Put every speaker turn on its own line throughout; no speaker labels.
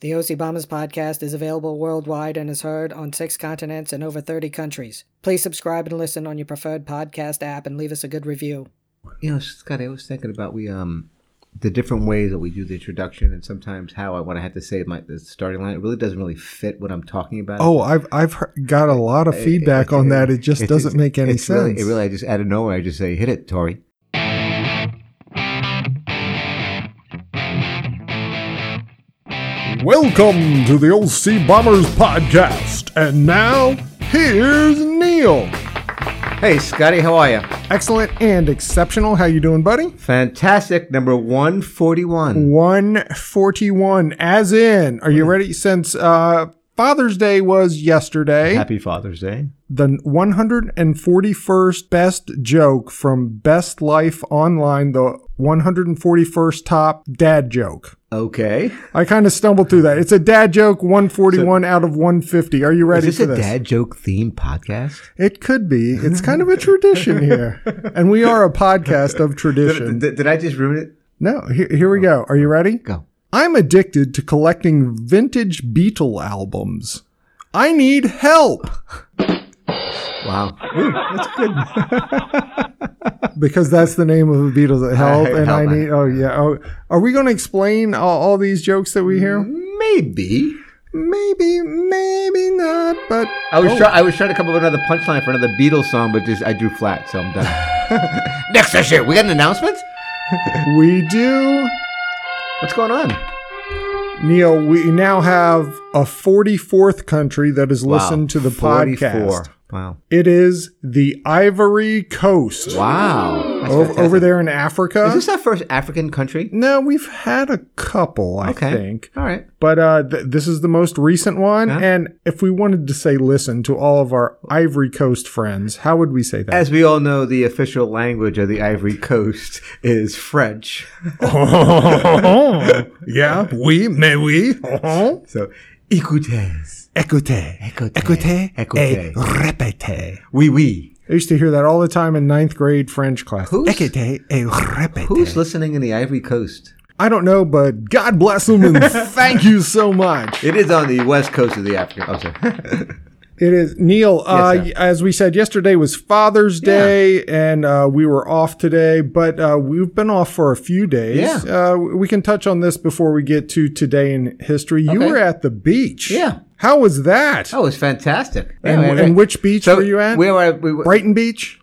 The OC Bombers podcast is available worldwide and is heard on six continents and over 30 countries. Please subscribe and listen on your preferred podcast app and leave us a good review.
You know, Scotty, I was thinking about we um the different ways that we do the introduction and sometimes how I want to have to say my the starting line. It really doesn't really fit what I'm talking about.
Oh, I've I've heard, got a lot of feedback on that. It just
It's-
doesn't
it's-
make any
it's
sense.
Really, it really, I just out of nowhere, I just say, "Hit it, Tori."
Welcome to the OC Bombers podcast, and now here's Neil.
Hey, Scotty, how are you?
Excellent and exceptional. How you doing, buddy?
Fantastic, number one forty-one.
141 as in are you ready since uh father's day was yesterday
Happy Father's Day.
the 141st best joke from best life online the 141st top dad joke
Okay,
i kind of stumbled through that it's a dad joke 141 out of 150 are you ready
is this
for
a
this
dad joke themed podcast?
it could be it's kind of a tradition here and we are a podcast of tradition
Did, did I just ruin it?
no here, here we go are you ready
Go.
I'm addicted to collecting vintage Beatle albums. I need help
Wow, Ooh, that's good.
because that's the name of the Beatles. Help,
I-
and I
help, I-
need. Oh yeah. Oh, are we going to explain all, all these jokes that we hear?
Mm-hmm. Maybe
Maybe, maybe not. But
I was try- I was trying to come up with another punchline for another Beatles song, but just I drew flat, so I'm done. Next session, we got an announcement.
we do.
What's going on?
Neil, we now have a 44th country that has listened to the
44.
podcast.
Wow.
It is the Ivory Coast.
Wow. That's
Over,
fantastic.
over there in Africa.
Is this our first African country?
no, we've had a couple, I
Okay.
think.
All right.
But uh, th- this is the most recent one.
Huh?
And if we wanted to say listen to all of our Ivory Coast friends, how would we say that?
As we all know, the official language of the Ivory Coast is French.
yeah, oui, mais oui.
So, écoutez.
Écoutez,
Écoutez. Écoutez. Écoutez. et
répétez.
Oui, oui.
I used to hear that all the time in ninth grade French class.
Who's-
et répétez.
Who's listening in the Ivory Coast?
I don't know, but God bless them and thank you so much.
It is on the west coast of the African. Oh, sorry.
It is Neil. uh,
sir.
y- as we said, yesterday was Father's Day, and uh, we were off today, but uh, we've been off for a few days.
Yeah.
Uh, we can touch on this before we get to today in history. You
Okay.
were at the beach.
Yeah. Oh,
How was that?
that was fantastic.
and,
Anyway,
and
right.
which beach were you at?
We were at we were,
Brighton Beach.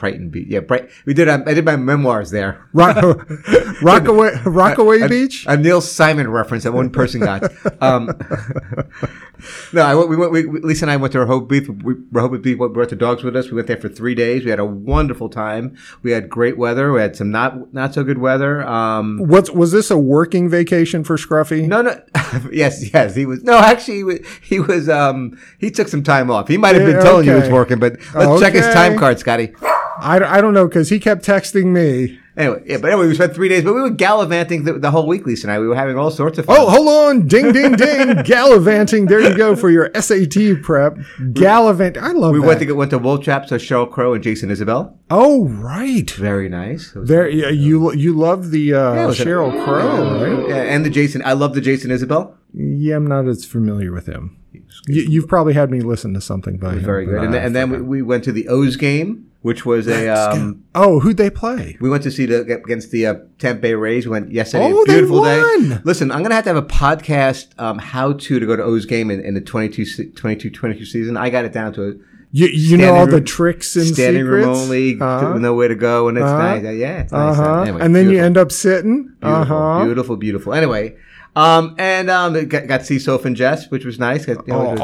Brighton Beach. Yeah, Bright. We did. um, I did my memoirs there.
Rock, Rockaway, Rockaway
a,
Beach.
A Neil Simon reference that one person got. Um, no, I, went- we went. We, we- Lisa and I went to Rehoboth Beach. We, Rehoboth Beach. We brought the dogs with us. We went there for three days. We had a wonderful time. We had great weather. We had some not not so good weather. Um,
What's was this a working vacation for Scruffy?
no, no. yes, yes. He was. No, actually, he was. He, was, um, he took some time off. He might have been
Yeah,
telling you he was
okay.
working, but let's check his
Okay.
time card, Scotty.
I, don't- I don't know because he kept texting me.
Anyway, yeah, but anyway, we spent three days, but we were gallivanting the, the whole week, Lisa and I. We were having all sorts of fun.
Oh, hold on. Ding, ding, ding. Gallivanting. There you go for your SAT prep. Gallivant. I love
we
that.
went to go, went to Wolf Traps so Cheryl Crow and Jason Isabel.
oh, right.
Very nice. It was-
There, yeah, you you love the uh,
it was a-
Cheryl Crow, right?
oh, Yeah, and the Jason. I love the Jason Isabel.
Yeah, I'm not as familiar with him. You, you've probably had me listen to something by him.
Very
but
good. And,
I
then- and then we,
forgot.
we went to the O's game, which was a. Um,
oh, who'd they play?
we went to see the against the uh, Tampa Bay Rays. We went yesterday.
Oh, they
Beautiful day.
won!
Listen, I'm gonna have to have a podcast um, how to to go to O's game in, in the 22, se- 22 22 season. I got it down to
You, you know
Standing
all the
room-
tricks and
standing
secrets.
room only,
Uh-huh.
nowhere to go, and it's
Uh-huh.
nice. Yeah, it's nice.
Uh-huh.
Anyway,
and then you
beautiful.
end up sitting. Uh
Beautiful,
huh.
beautiful, beautiful. Anyway, um, and um, it got, got to see Soph and Jess, which was nice. Got- you know,
Oh,
it was-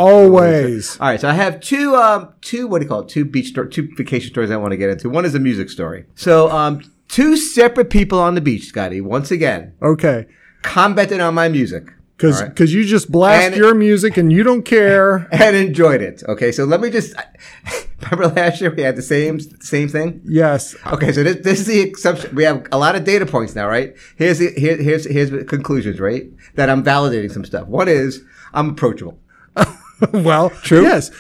always.
All right, so I have two, um, two what do you call it? Two beach, sto- two vacation stories I want to get into. One is a music story. So, um, two separate people on the beach, Scotty. Once again,
Okay.
commented on my music.
Because
All right.
you just blast
And-
your music and you don't care.
And enjoyed it. Okay, so let me just remember last year we had the same same thing.
Yes.
Okay, so this, this is the exception. We have a lot of data points now, right? Here's the, here, here's here's the conclusions, right? That I'm validating some stuff. One is I'm approachable.
well, true. Yes,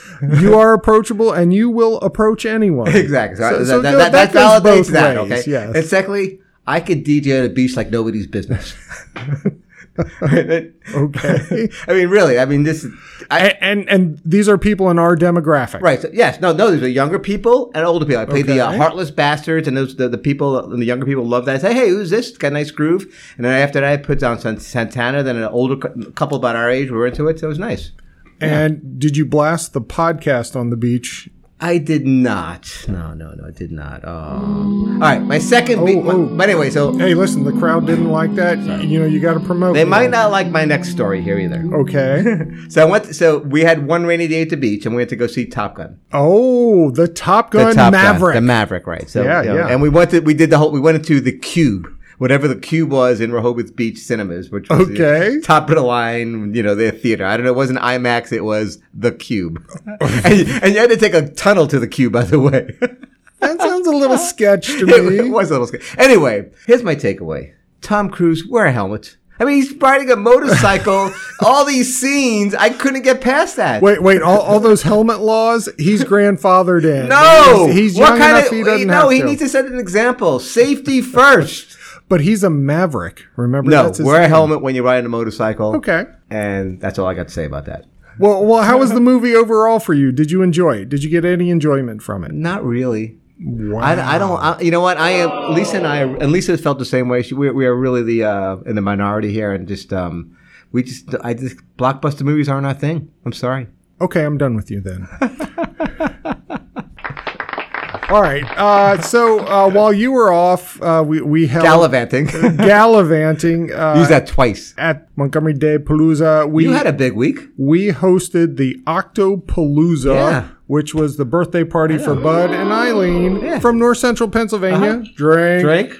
you are approachable, and you will approach anyone.
Exactly. So, that,
so
that,
no,
that,
that goes
validates
both
that.
ways,
okay.
yes.
And secondly, I could DJ at a beach like nobody's business. okay. I mean, really. I mean, this. I,
and, and and these are people in our demographic.
Right. So, yes. No. No. These are younger people and older people. I play the uh, heartless bastards, and those the, the people and the younger people love that. I say, hey, who's this? It's got a nice groove. And then after that, I put down Sant- Santana. Then an older cou- couple about our age were into it, so it was nice.
And did you blast the podcast on the beach?
I did not. No, no, no, I did not. Oh. All right, my second beat.
oh.
But anyway, so
Hey, listen, the crowd didn't like that. You know, you got to promote.
they
it.
might not like my next story here either.
Okay.
So I went. So we had one rainy day at the beach, and we went to go see Top Gun.
Oh, the Top Gun
the Top Gun,
Maverick.
the Maverick, right? So
Yeah,
you know,
yeah.
And we went to we did the whole. We went into the Cube, whatever the Cube was in Rehoboth Beach Cinemas, which was the
Okay.
top of the line, you know, their theater. I don't know. It wasn't IMAX. It was the Cube, and, and you had to take a tunnel to the Cube, by the way.
that sounds a little sketch to
it
me.
was a little scary. Anyway, here's my takeaway. Tom Cruise, wear a helmet. I mean, he's riding a motorcycle. all these scenes, I couldn't get past that.
Wait, wait! All, all those helmet laws, he's grandfathered in.
no,
he's, he's
what
young
kind
enough.
of?
he doesn't
no,
have
he
to.
needs to set an example. Safety first.
But he's a maverick. Remember?
no,
that's his-
wear a helmet when you're riding a motorcycle.
Okay.
and that's all I got to say about that.
Well, well, how was the movie overall for you? Did you enjoy it? Did you get any enjoyment from it?
Not really.
Wow.
I, I don't. I, you know what? I am. Lisa and I, and Lisa felt the same way. She, we, we are really the uh, in the minority here, and just um, we just I just blockbuster movies aren't our thing. I'm sorry.
Okay, I'm done with you then. All right. Uh, so uh, while you were off, uh, we we held
Gallivanting.
gallivanting uh,
Use that twice.
at Montgomery Day Palooza. We
You had a big week.
we hosted the Octopalooza,
Yeah.
which was the birthday party for Bud and Eileen
Yeah. Uh-huh.
from North Central Pennsylvania. Drink.
Drake.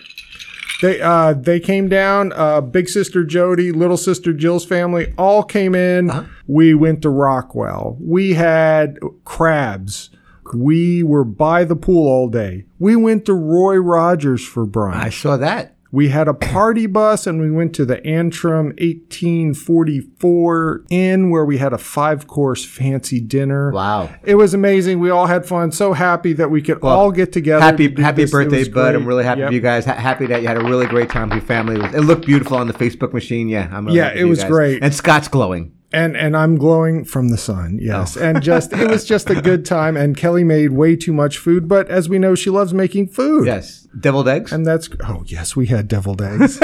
They uh, they came down. Uh, big sister Jody, little sister Jill's family all came in.
Uh-huh.
We went to Rockwell. We had crabs. We were by the pool all day. We went to Roy Rogers for brunch.
I saw that.
We had a party bus and we went to the Antrim 1844 Inn where we had a five course fancy dinner.
Wow.
It was amazing. We all had fun. So happy that we could all get together.
Happy
to do
happy
this. It was
birthday, bud!
great.
I'm really happy
Yep.
for you guys. Ha- happy that you had a really great time with your family. It was- It looked beautiful on the Facebook machine. Yeah, I'm really
Yeah,
happy
it
for you
was
guys.
great.
And Scott's glowing.
And and I'm glowing from the sun. Yes.
Oh.
And just it was just a good time. And Kelly made way too much food, but as we know, she loves making food.
Yes, deviled eggs.
And that's oh yes, we had deviled eggs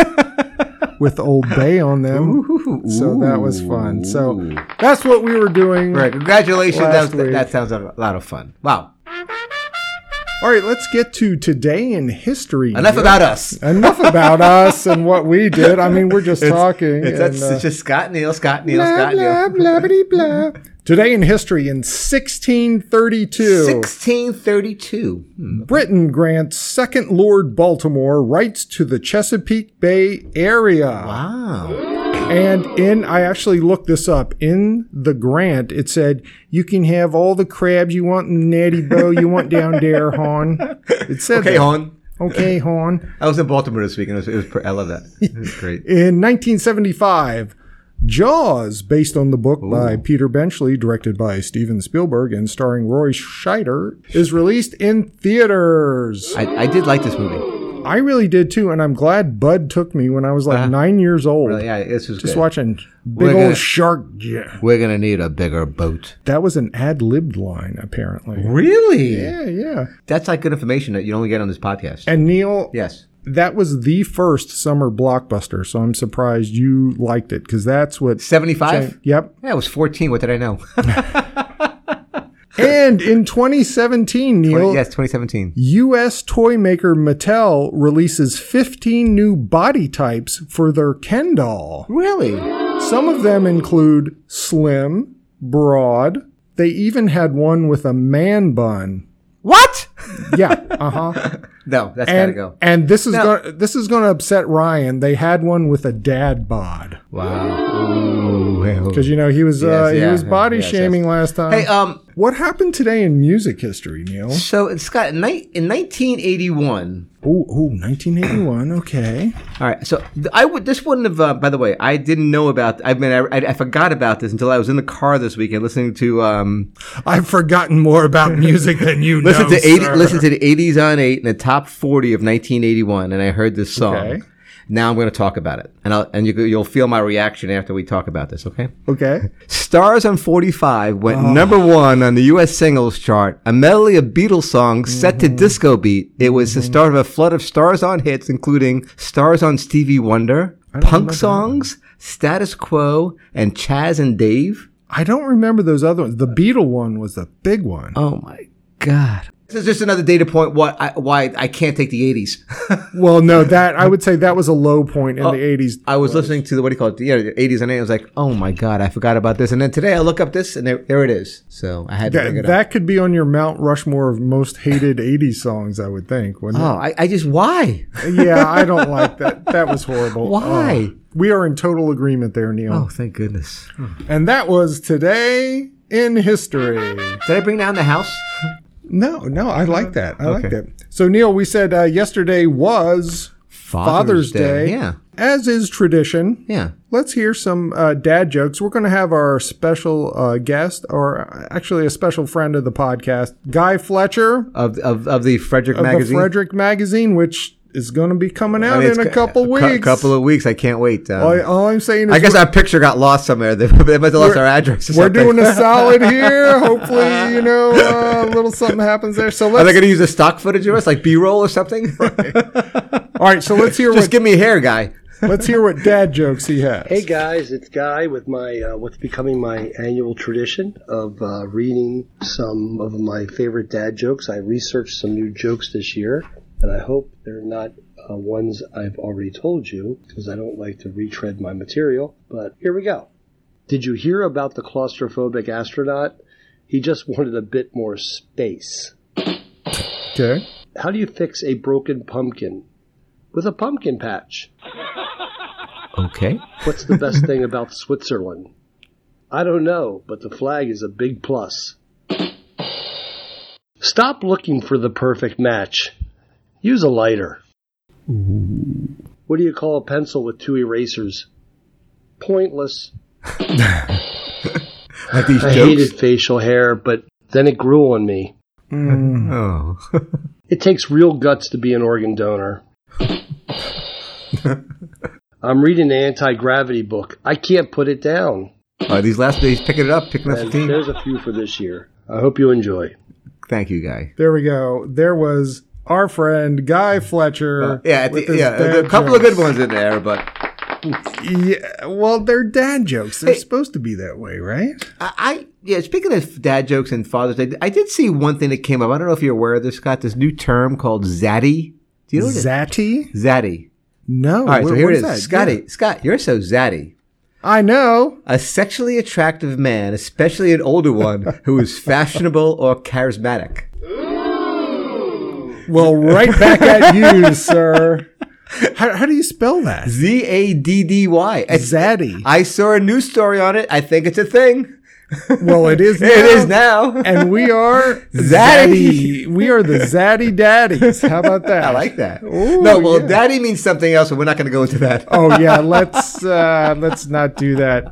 with Old Bay on them. So that was fun. So
Ooh.
that's what we were doing.
All right, congratulations. That,
Last
was,
week.
that sounds a lot of fun. Wow.
All right, let's get to today in history.
Enough
Yeah.
about us.
enough about us and what we did. I mean, we're just talking.
It's,
and,
that's,
uh,
it's just Scott Neal, Scott Neal,
blah,
Scott
blah,
Neal.
blah, bitty, blah. Today in history in 1632,
1632. Hmm.
Britain grants Second Lord Baltimore rights to the Chesapeake Bay area.
Wow.
And in, I actually looked this up. In the grant, it said you can have all the crabs you want in Natty Bow you want down there, Hon. It said,
Okay,
that.
Hon.
okay, Hon.
I was in Baltimore this week, and it was, it was pre- I love that. It was great.
In 1975, Jaws, based on the book by Peter Benchley, directed by Steven Spielberg and starring Roy Scheider, is released in theaters.
I, I did like this movie.
I really did too, and I'm glad Bud took me when I was like nine years old.
Uh-huh. Really, yeah, this was
Just
good.
watching big
We're
old
gonna-
shark. Yeah.
We're gonna need a bigger boat.
That was an ad libbed line, apparently.
Really?
Yeah, yeah.
That's like good information that you only get on this podcast.
And Neil,
yes.
that was the first summer blockbuster, so I'm surprised you liked it because that's what.
Seventy-five.
Yep.
Yeah, I was fourteen. What did I know?
And in 2017, Neil,
yes, twenty seventeen.
U.S. toy maker Mattel releases 15 new body types for their Ken doll.
Really?
Some of them include slim, broad. They even had one with a man bun.
What?
Yeah, uh huh.
No, that's
And,
gotta go.
and this is
No.
gonna, this is going to upset Ryan. They had one with a dad bod
Wow. Ooh, well.
because you know he was uh,
Yes,
he
yeah,
was body
yes, yes.
shaming last time.
Hey, um,
what happened today in music history, Neil?
So it's got in ni- in 1981.
Oh, oh, 1981. Okay.
All right, so th- I would this wouldn't have. Uh, by the way, I didn't know about. I mean, I, I, I forgot about this until I was in the car this weekend listening to um
I've forgotten more about music than you
listen
know.
to 80
sir.
listen to the 80s on eight and the top 40 of 1981, and I heard this song.
Okay.
Now I'm going to talk about it, and I'll, and you, you'll feel my reaction after we talk about this. Okay.
Okay.
Stars on 45 went number one on the U.S. singles chart, a medley of Beatles songs set to disco beat. It was the start of a flood of Stars on hits, including Stars on Stevie Wonder, punk songs, Status Quo, and Chaz and Dave.
I don't remember those other ones. The Beatle one was the big one.
Oh my God. This is just another data point what I, why I can't take the 80s.
Well, no, that I would say that was a low point in the 80s.
I was listening to the, what do you call it, the, you know, the 80s and I was like, oh my God, I forgot about this. And then today I look up this and there, there it is. So I had to bring
That,
it up.
that could be on your Mount Rushmore of most hated 80s songs, I would think. Wouldn't
Oh, I, I just, why?
it? Yeah, I don't like that. That was horrible.
Why?
Oh, we are in total agreement there, Neil.
Oh, thank goodness.
And that was today in history.
Did I bring down the house?
No, no, I like that. I like that. So, Neil, we said uh, yesterday was Father's, Day.
Yeah.
As is tradition,
Yeah.
let's hear some uh, dad jokes. We're going to have our special uh, guest, or actually a special friend of the podcast, Guy Fletcher
Of of, of the Frederick
of
magazine.
the Frederick Magazine, which is going to be coming out
I mean, it's
in a
ca-
couple
cou-
weeks.
couple of weeks. I can't wait. Um,
all, all I'm saying is
I guess
we're,
our picture got lost somewhere. They, they must have lost our address. Or
we're
something.
doing a solid here. Hopefully, you know, uh, a little something happens there. So
Are they
let's.
going to use the stock footage of us, like B roll or something?
all right, so let's hear
Just
what
give me hair, guy.
let's hear what dad jokes he has.
Hey guys, it's Guy with my uh, what's becoming my annual tradition of uh, reading some of my favorite dad jokes. I researched some new jokes this year, and I hope they're not uh, ones I've already told you because I don't like to retread my material. But here we go. Did you hear about the claustrophobic astronaut? He just wanted a bit more space.
Okay.
How do you fix a broken pumpkin? With a pumpkin patch.
Okay.
What's the best thing about Switzerland? I don't know, but the flag is a big plus. Stop looking for the perfect match. Use a lighter. What do you call a pencil with two erasers? Pointless.
Like these
I
jokes.
hated facial hair, but then it grew on me.
Oh.
It takes real guts to be an organ donor. I'm reading an anti gravity book. I can't put it down.
oh, these last days picking it up, picking up the
And
team.
there's a few for this year. I hope you enjoy.
Thank you, guy.
There we go. There was our friend Guy Fletcher.
Uh, Yeah, at
with
the,
his
yeah.
dad
There are a couple of
jokes.
good ones in there, but
Yeah, well, they're dad jokes. They're
Hey.
supposed to be that way, right?
I, I yeah. Speaking of dad jokes and Father's Day, I did see one thing that came up. I don't know if you're aware of this, Scott. This new term called zaddy. Do you know what it
Zatty?
is? Zaddy.
No.
All right, so here it is, Scotty.
Scotty.
Scott, you're so zaddy.
I know.
A sexually attractive man, especially an older one, who is fashionable or charismatic.
Well, right back at you, sir. How, how do you spell that?
Z a d d y. It's-
Zaddy.
I saw a news story on it. I think it's a thing.
Well, it is. Now,
It is now.
And we are
Zaddy.
Zaddy. We are the Zaddy Daddies. How about that?
I like that.
Ooh,
no, well,
yeah.
daddy means something else, and we're not going to go into that.
oh yeah let's uh let's not do that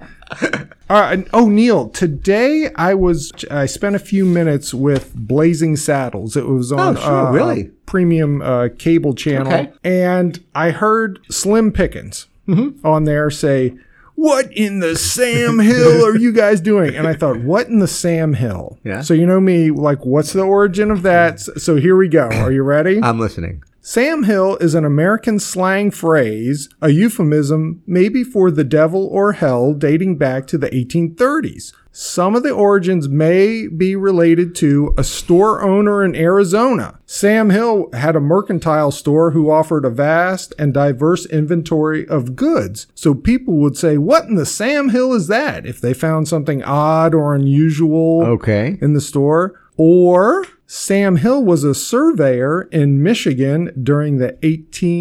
all right and- oh neil today i was i spent a few minutes with blazing saddles it was on
Oh, sure,
uh,
really?
premium uh, cable channel
Okay.
and i heard slim pickens
Mm-hmm.
on there say what in the Sam Hill are you guys doing? And I thought, what in the Sam Hill?
Yeah.
So you know me, like, what's the origin of that? S- So here we go. Are you ready?
I'm listening.
Sam Hill is an American slang phrase, a euphemism maybe for the devil or hell dating back to the 1830s. Some of the origins may be related to a store owner in Arizona. Sam Hill had a mercantile store who offered a vast and diverse inventory of goods. So people would say, What in the Sam Hill is that? if they found something odd or unusual
Okay.
in the store. Or Sam Hill was a surveyor in Michigan during the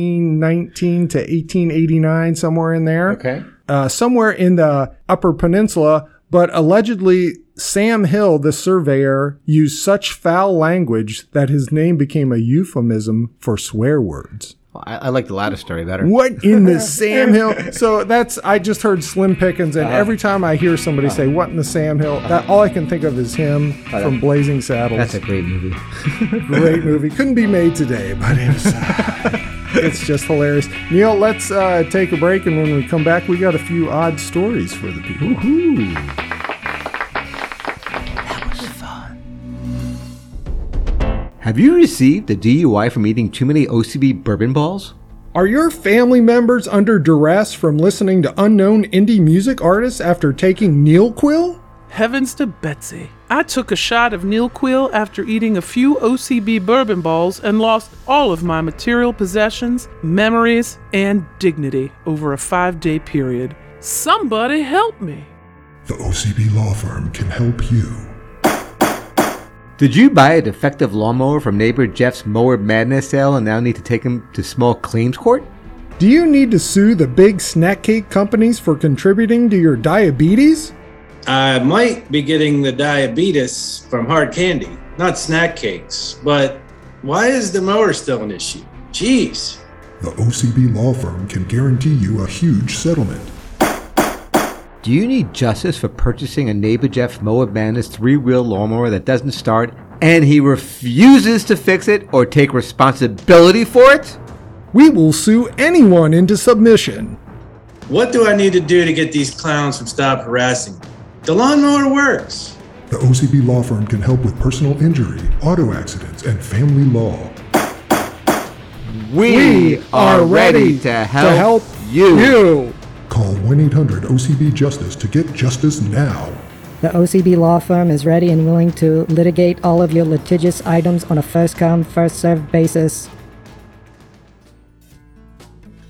1819 to 1889, somewhere in there,
Okay.
uh, somewhere in the Upper Peninsula. But allegedly, Sam Hill, the surveyor, used such foul language that his name became a euphemism for swear words.
Well, I, I like the latter story better.
What in the Sam Hill? So that's I just heard Slim Pickens, and every time I hear somebody say "What in the Sam Hill," that all I can think of is him from Blazing Saddles.
That's a great movie.
great movie. Couldn't be made today, but it was. uh, it's just hilarious. Neil, let's uh, take a break, and when we come back, we got a few odd stories for the people.
Have you received a DUI from eating too many OCB bourbon balls?
Are your family members under duress from listening to unknown indie music artists after taking Neil Quill?
Heavens to Betsy. I took a shot of Neil Quill after eating a few OCB bourbon balls and lost all of my material possessions, memories, and dignity over a five day period. Somebody help me!
The OCB Law Firm can help you.
Did you buy a defective lawnmower from neighbor Jeff's Mower Madness sale and now need to take him to small claims court?
Do you need to sue the big snack cake companies for contributing to your diabetes?
I might be getting the diabetes from hard candy, not snack cakes, but why is the mower still an issue? Jeez.
The OCB Law Firm can guarantee you a huge settlement.
Do you need justice for purchasing a neighbor Jeff Moab Madness three wheel lawnmower that doesn't start and he refuses to fix it or take responsibility for it?
We will sue anyone into submission.
What do I need to do to get these clowns from stop harassing me? The lawnmower works.
The OCB Law Firm can help with personal injury, auto accidents, and family law.
We, are ready to help, you.
you.
Call 1 800 OCB Justice to get justice now.
The OCB Law Firm is ready and willing to litigate all of your litigious items on a first come, first served basis.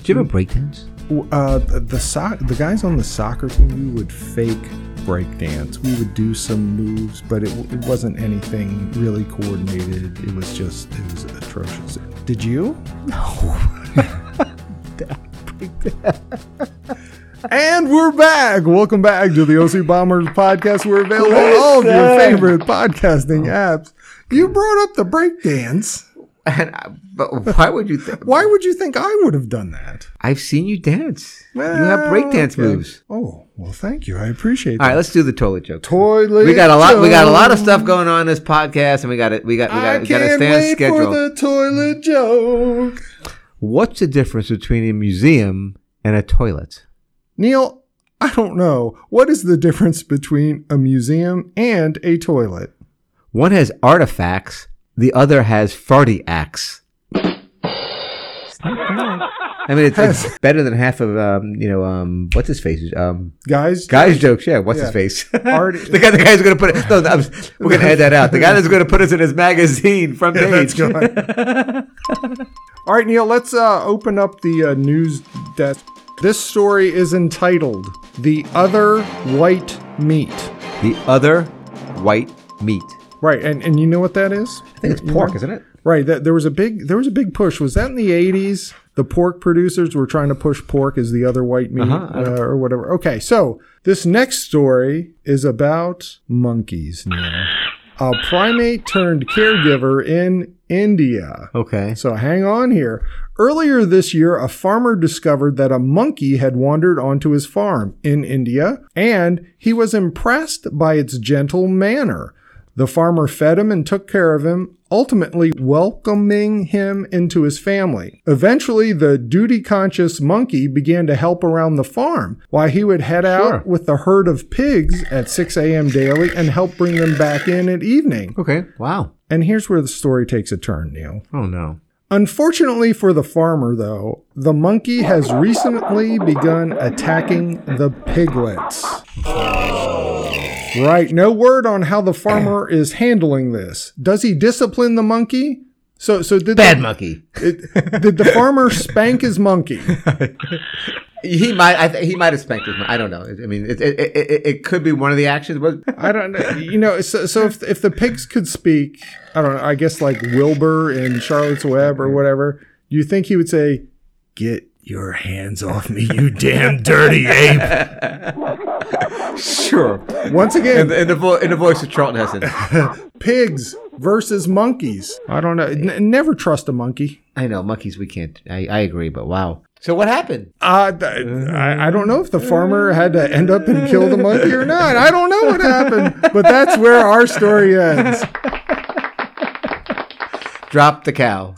Do you have a breakdance?
Uh, the the, so- the guys on the soccer team, we would fake breakdance. We would do some moves, but it, w- it wasn't anything really coordinated. It was just, it was atrocious. Did you? No. and we're back. Welcome back to the OC Bombers podcast. We're available on all of your favorite podcasting apps. You brought up the breakdance.
And I, but why would you? Th-
Why would you think I would have done that?
I've seen you dance. you have
Well,
breakdance
okay.
moves.
Oh, well, thank you. I appreciate
All
that.
right, let's do the toilet joke.
Toilet
We got a lot. We got a lot of
joke.
stuff going on in this podcast, and we got it. We got. We got.
I
We got to
can't
stay on
wait
schedule.
for the toilet joke.
What's the difference between a museum and a toilet?
Neil, I don't know. What is the difference between a museum and a toilet?
One has artifacts, the other has farty acts. I mean, it's, it's better than half of um, you know um, what's his face um,
Guys,
guys jokes. Yeah, what's
Yeah.
his face?
Art-
the guy, the guy's going to put it. No, that was- we're going to add that out. The guy that's going to put us in his magazine front
Yeah, that's
page.
good. All right, Neil, let's uh, open up the uh, news desk. This story is entitled The Other White Meat.
the other white meat.
Right, and, and you know what that is?
I think it's pork, isn't it?
Right. That there was a big there was a big push. Was that in the eighties? The pork producers were trying to push pork as the other white meat uh, or whatever. Okay, so this next story is about monkeys. Now, a primate turned caregiver in India.
Okay.
So hang on here. Earlier this year, a farmer discovered that a monkey had wandered onto his farm in India, and he was impressed by its gentle manner. The farmer fed him and took care of him, ultimately welcoming him into his family. Eventually, the duty conscious monkey began to help around the farm while he would head out with the herd of pigs at 6 a.m. daily and help bring them back in at evening.
Okay. Wow.
And here's where the story takes a turn, Neil.
Oh no.
Unfortunately for the farmer, though, the monkey has recently begun attacking the piglets. Right, no word on how the farmer is handling this. Does he discipline the monkey? So, so did
Bad
the,
monkey.
it- did the farmer spank his monkey?
He might. I th- he might have spanked his. I don't know. I mean, it it, it, it, it could be one of the actions. Was
I don't know. You know, so, so if if the pigs could speak, I don't know. I guess like Wilbur in Charlotte's Web or whatever. Do you think he would say, "Get your hands off me, you damn dirty ape"?
sure.
Once
in
again,
the, in the, vo- in the voice of Charlton Heston.
pigs versus monkeys. I don't know. N- never trust a monkey.
I know monkeys. We can't. I, I agree, but wow. So what happened?
Uh, th- I, I don't know if the farmer had to end up and kill the monkey or not. I don't know what happened, but that's where our story ends.
Drop the cow.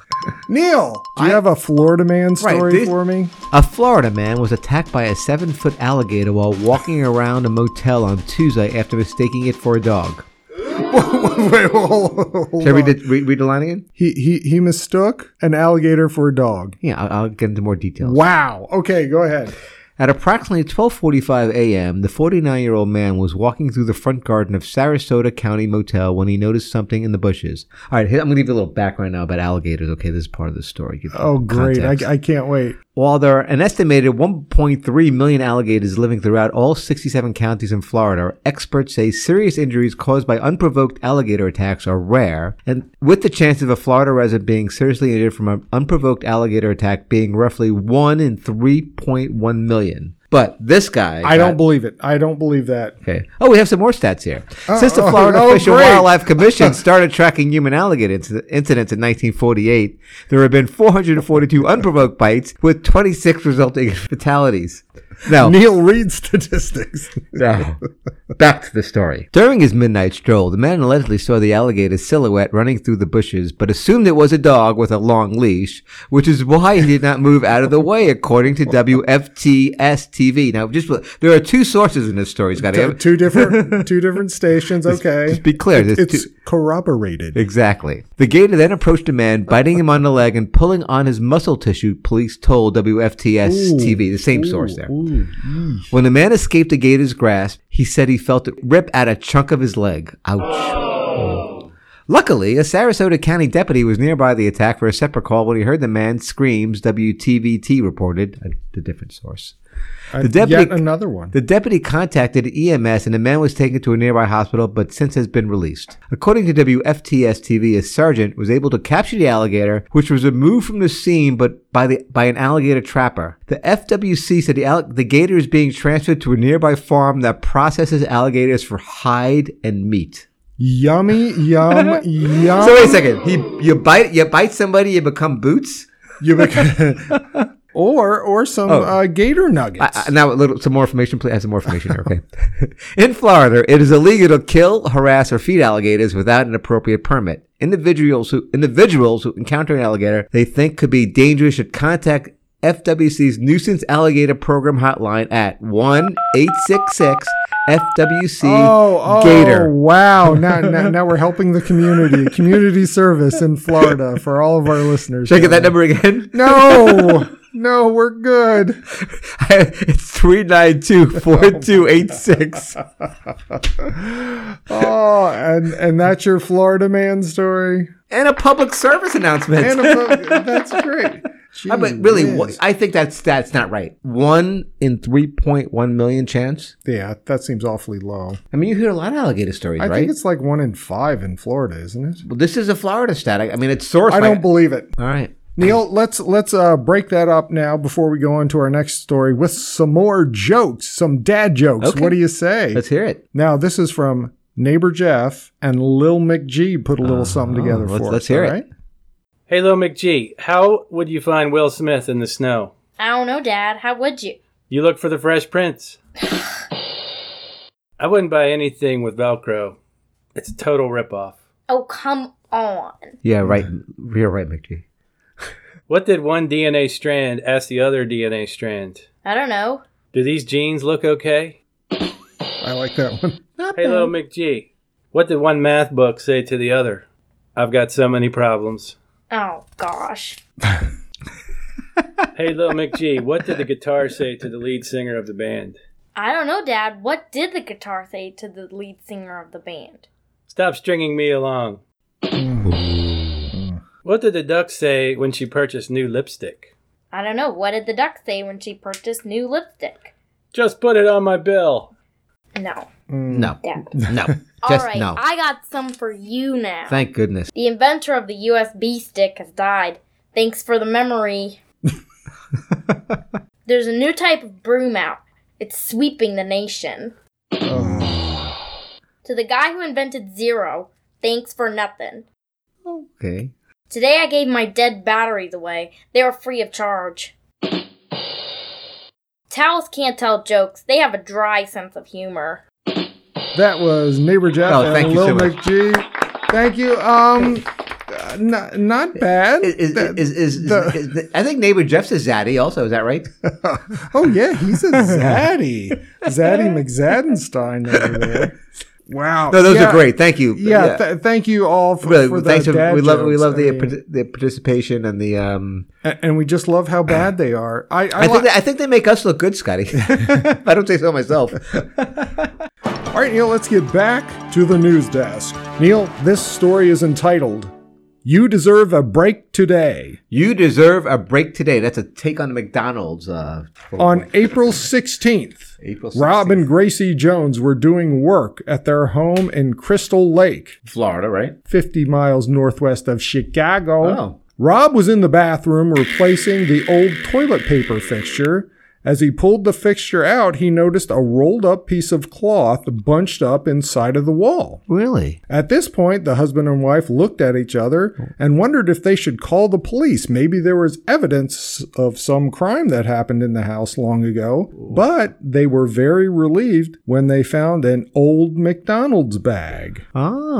Neil, do you
I-
have a Florida man story
this-
for me?
A Florida man was attacked by a seven foot alligator while walking around a motel on Tuesday after mistaking it for a dog.
Wait, hold, hold
Should I read
on.
the, read, read the line again?
He, he he mistook an alligator for a dog.
Yeah, I'll, I'll get into more details.
Wow. Okay, go ahead.
At approximately 12:45 a.m., the 49-year-old man was walking through the front garden of Sarasota County Motel when he noticed something in the bushes. All right, here- I'm going to give you a little background now about alligators. Okay, this is part of the story. Give you
Oh, great.
context.
I, I can't wait.
While there are an estimated 1.3 million alligators living throughout all 67 counties in Florida, experts say serious injuries caused by unprovoked alligator attacks are rare, and with the chance of a Florida resident being seriously injured from an unprovoked alligator attack being roughly 1 in 3.1 million. But this guy.
I don't
got-
believe it. I don't believe that.
Okay. Oh, we have some more stats here. Since the
oh,
Florida
oh,
Fish and
great.
Wildlife Commission started tracking human alligator inc- incidents in 1948, there have been 442 unprovoked bites, with 26 resulting in fatalities. Now,
Neil read statistics.
now, back to the story. During his midnight stroll, the man allegedly saw the alligator silhouette running through the bushes, but assumed it was a dog with a long leash, which is why he did not move out of the way, according to WFTS TV. Now, just there are two sources in this story. It's got to have
two different two different stations. Okay.
Just be clear. there's
it's
two-
corroborated.
Exactly. The gator then approached a man, biting him on the leg and pulling on his muscle tissue, police told WFTS TV, the same source there.
mm.
When the man escaped the gator's grasp, he said he felt it rip at a chunk of his leg. Ouch. Luckily, a Sarasota County deputy was nearby the attack for a separate call when he heard the man's screams, WTVT reported, a, the different source.
I-
The deputy-
Uh, Yet another one.
The deputy contacted EMS and the man was taken to a nearby hospital but since has been released. According to WFTS TV, a sergeant was able to capture the alligator, which was removed from the scene but by the by an alligator trapper. The FWC said the, alli- the gator is being transferred to a nearby farm that processes alligators for hide and meat.
yummy, yum, yum.
So wait a second. He you bite you bite somebody, you become boots?
You beca- or or some uh, gator
Oh. I,
nuggets.
I, now, a little some more information. Please, I have some more information here. Okay. in Florida, it is illegal to kill, harass, or feed alligators without an appropriate permit. Individuals who individuals who encounter an alligator they think could be dangerous should contact FWC's nuisance alligator program hotline at one eight six six FWC
Oh, oh,
Gator.
wow. Now, now, now we're helping the community. Community service in Florida for all of our listeners.
Should I get that number again?
No, no, we're good.
it's 392 4286.
Oh, and, and that's your Florida man story.
And a public service announcement.
And a- that's great.
I, Ah, but really,
Gee
wha-
whiz.
I think that's that's not right. One in three point one million chance.
yeah, that seems awfully low.
I mean, you hear a lot of alligator stories,
I
right?
think it's like one in five in Florida, isn't it?
Well, this is a Florida stat. I, I mean, it's sourced.
I
by-
don't believe it.
All right.
Neil, let's let's uh, break that up now before we go on to our next story with some more jokes, some dad jokes.
Okay.
What do you say?
Let's hear it.
Now, this is from neighbor Jeff and Lil McGee put a little something together
Ah, let's-
for
let's
us.
hear
all
it.
right?
Hey, Lil McGee, how would you find Will Smith in the snow?
I don't know, Dad. How would you?
You look for the Fresh Prince. I wouldn't buy anything with Velcro. It's a total ripoff.
Oh, come on.
Yeah, right. Mm-hmm. You're right, McGee.
What did one DNA strand ask the other DNA strand?
I don't know.
Do these jeans look okay?
I like that one.
Hey, Lil McGee, what did one math book say to the other? I've got so many problems.
Oh, gosh.
Hey, Lil McGee, what did the guitar say to the lead singer of the band?
I don't know, Dad. What did the guitar say to the lead singer of the band?
Stop stringing me along. What did the duck say when she purchased new lipstick?
I don't know. What did the duck say when she purchased new lipstick?
Just put it on my bill.
No,
Mm.
No,
Dad.
no,
All
just
right,
no.
I got some for you now.
Thank goodness.
the inventor of the USB stick has died. Thanks for the memory. There's a new type of broom out. It's sweeping the nation.
Oh.
To the guy who invented zero, thanks for nothing.
Okay.
Today I gave my dead batteries away. They were free of charge. Towels can't tell jokes. They have a dry sense of humor.
That was neighbor Jeff
Oh,
and
thank you
Lil
so much.
McGee. Thank you. Um, uh, not, not bad.
Is,
The-
is, is, is,
the-
is- is- I think neighbor Jeff's a zaddy also. Is that right?
oh yeah, he's a zaddy, zaddy McZaddenstein over there. Wow,
No, those
Yeah.
are great. Thank you.
Yeah, Th- thank you all for,
Really,
for the
thanks.
dad
we love we
jokes.
love
I
the,
mean,
parti- the participation and the. Um,
a- and we just love how bad they are. I, I,
I,
li-
think they, I think they make us look good, Scotty. I don't say so myself.
All right, Neil, let's get back to the news desk. Neil, this story is entitled You Deserve a Break Today.
You deserve a break today. That's a take on McDonald's. Uh,
On April 16th,
April 16th,
Rob and Gracie Jones were doing work at their home in Crystal Lake,
Florida, right?
50 miles northwest of Chicago.
Oh.
Rob was in the bathroom replacing the old toilet paper fixture. As he pulled the fixture out, he noticed a rolled up piece of cloth bunched up inside of the wall.
Really?
At this point, the husband and wife looked at each other and wondered if they should call the police. Maybe there was evidence of some crime that happened in the house long ago. But they were very relieved when they found an old McDonald's bag.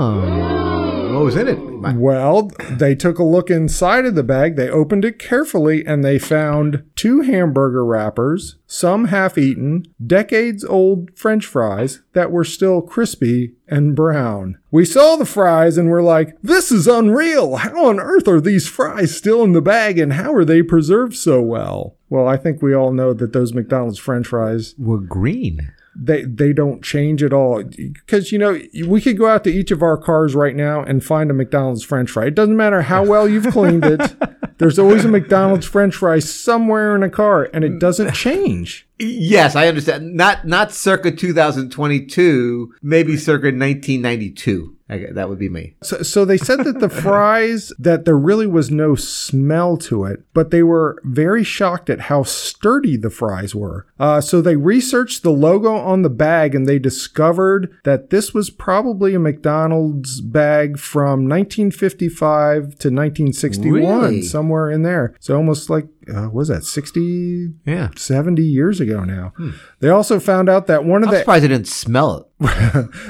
Oh, what was in it? My-
Well, they took a look inside of the bag. They opened it carefully and they found two hamburger wrappers, some half eaten, decades old french fries that were still crispy and brown. We saw the fries and were like, this is unreal. How on earth are these fries still in the bag and how are they preserved so well? Well, I think we all know that those McDonald's french fries
Were green.
they they don't change at all because you know we could go out to each of our cars right now and find a McDonald's French fry. It doesn't matter how well you've cleaned it. There's always a McDonald's French fry somewhere in a car, and it doesn't change.
Yes, I understand. Not not circa 2022, maybe circa 1992. Okay, that would be me.
So, so they said that the fries that there really was no smell to it, but they were very shocked at how sturdy the fries were. Uh, so they researched the logo on the bag and they discovered that this was probably a McDonald's bag from 1955 to 1961,
Really?
somewhere in there. So almost like uh, what was that 60,
Yeah.
70 years ago now. They also found out that one of
I'm
the
surprised I didn't smell it.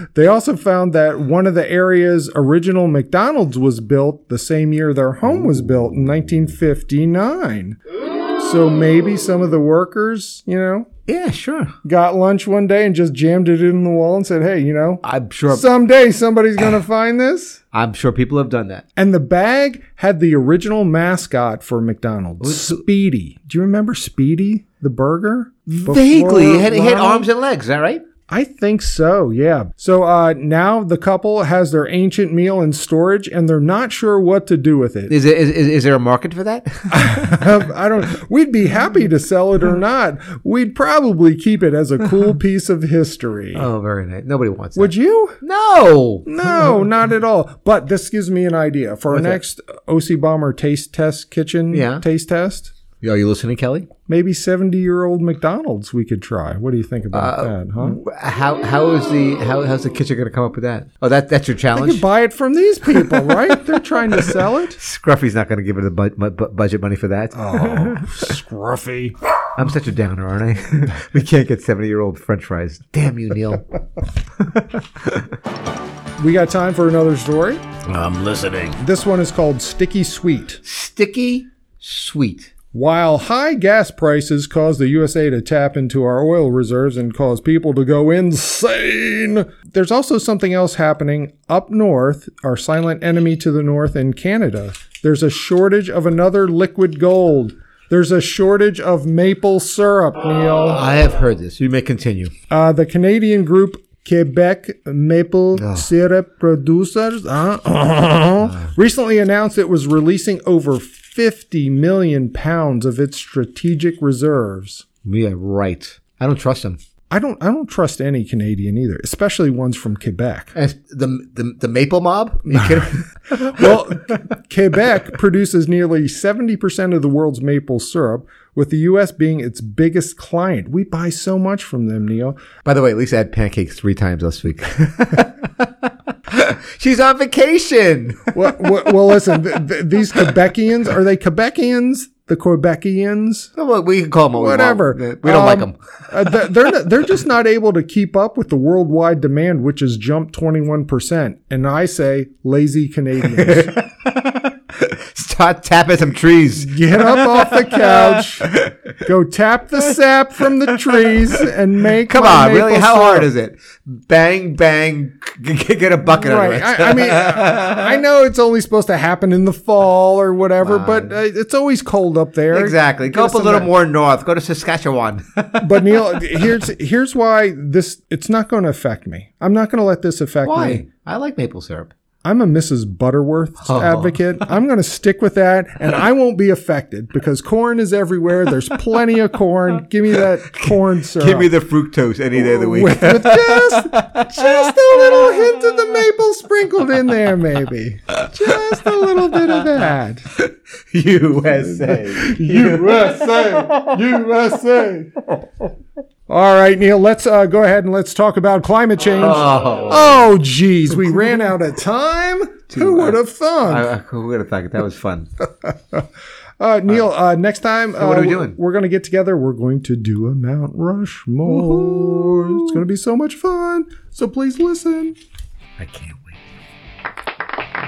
they also found that one of the area's original McDonald's was built the same year their home was built in 1959. So maybe some of the workers, you know,
Yeah, sure.
got lunch one day and just jammed it in the wall and said, hey, you know,
I'm sure.
someday somebody's going to find this.
I'm sure people have done that.
And the bag had the original mascot for McDonald's,
Who's-
Speedy. Do you remember Speedy, the burger?
Vaguely,
Before
it had, it had
Ronald-
arms and legs. Is that right?
I think so, yeah. So uh, now the couple has their ancient meal in storage and they're not sure what to do with it. Um,
Is, it, is, is is there a market for that?
I don't, we'd be happy to sell it or not. We'd probably keep it as a cool piece of history.
oh, very nice. Nobody wants that.
Would you?
no.
No, not at all. But this gives me an idea for our
What's that?
next OC Bomber taste test kitchen
Yeah.
taste test.
Yo, Are you listening, Kelly?
Maybe 70 year old McDonald's we could try. What do you think
Uh,
about that, huh?
How how is the how, how's the kitchen going to come up with that? Oh, that that's your
You
challenge.
could buy it from these people, right? They're trying to sell it.
Scruffy's not going to give her the bu- bu- bu- budget money for that.
Oh.
Scruffy.
I'm such a downer, aren't I? we can't get 70 year old French fries. Damn you, Neil.
We got time for another story.
I'm listening.
This one is called Sticky Sweet.
Sticky, sweet.
While high gas prices cause the USA to tap into our oil reserves and cause people to go insane, there's also something else happening up north, our silent enemy to the north in Canada. There's a shortage of another liquid gold. There's a shortage of maple syrup, Neil.
I have heard this. You may continue.
Uh, the Canadian group Quebec Maple Syrup Producers uh, recently announced it was releasing over 50 million pounds of its strategic reserves.
Yeah, right. I don't trust him.
I don't, I don't trust any Canadian either, especially ones from Quebec.
And it's the, the the maple mob? Are you kidding?
Well, Quebec produces nearly 70% of the world's maple syrup, with the U.S. being its biggest client. We buy so much from them, Neil.
By the way, Lisa had pancakes three times last week. She's on vacation.
well, well, well, listen, th- th- these Quebecians, are they Quebecians? The Quebecians?
Well, we can call them what
Whatever.
We, want. we don't like
Um,
them.
uh, th- they're, not, they're just not able to keep up with the worldwide demand, which has jumped 21%. And I say lazy Canadians.
start tapping some trees.
Get up off the couch. Go tap the sap from the trees and make.
Come
my
on, really?
maple
How
syrup.
hard is it? Bang, bang, g- g- get a bucket under
Right.
it.
I, I mean, I know it's only supposed to happen in the fall or whatever, but uh, it's always cold up there.
exactly. Go
Get
up a
some
little
of-
more north. Go to Saskatchewan.
but Neil, here's here's why this it's not going to affect me. I'm not going to let this affect me.
Why? I like maple syrup.
I'm a Mrs. Butterworth
Oh.
advocate. I'm going to stick with that, and I won't be affected because corn is everywhere. There's plenty of corn. Give me that corn syrup.
Give me the fructose any day of the week.
with, with just just a little hint of the maple sprinkled in there, maybe. Just a little bit of that.
USA.
USA, USA. All right, Neil. Let's uh, go ahead and let's talk about climate change.
Oh.
Oh, geez, we ran out of time. Who would have thunk?
I, I, would have thought that was fun.
Uh, Neil, uh, next time, uh,
what are we
we're-
doing?
We're going to get together. We're going to do a Mount Rushmore. It's going to be so much fun. So please listen.
I can't wait.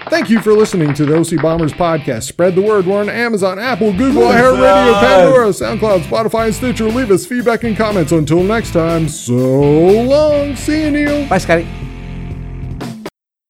Thank you for listening to the OC Bombers podcast. Spread the word. We're on Amazon, Apple, Google, iHeartRadio, Pandora, SoundCloud, Spotify, and Stitcher. Leave us feedback and comments. Until next time, so long. See you, Neil.
Bye, Scotty.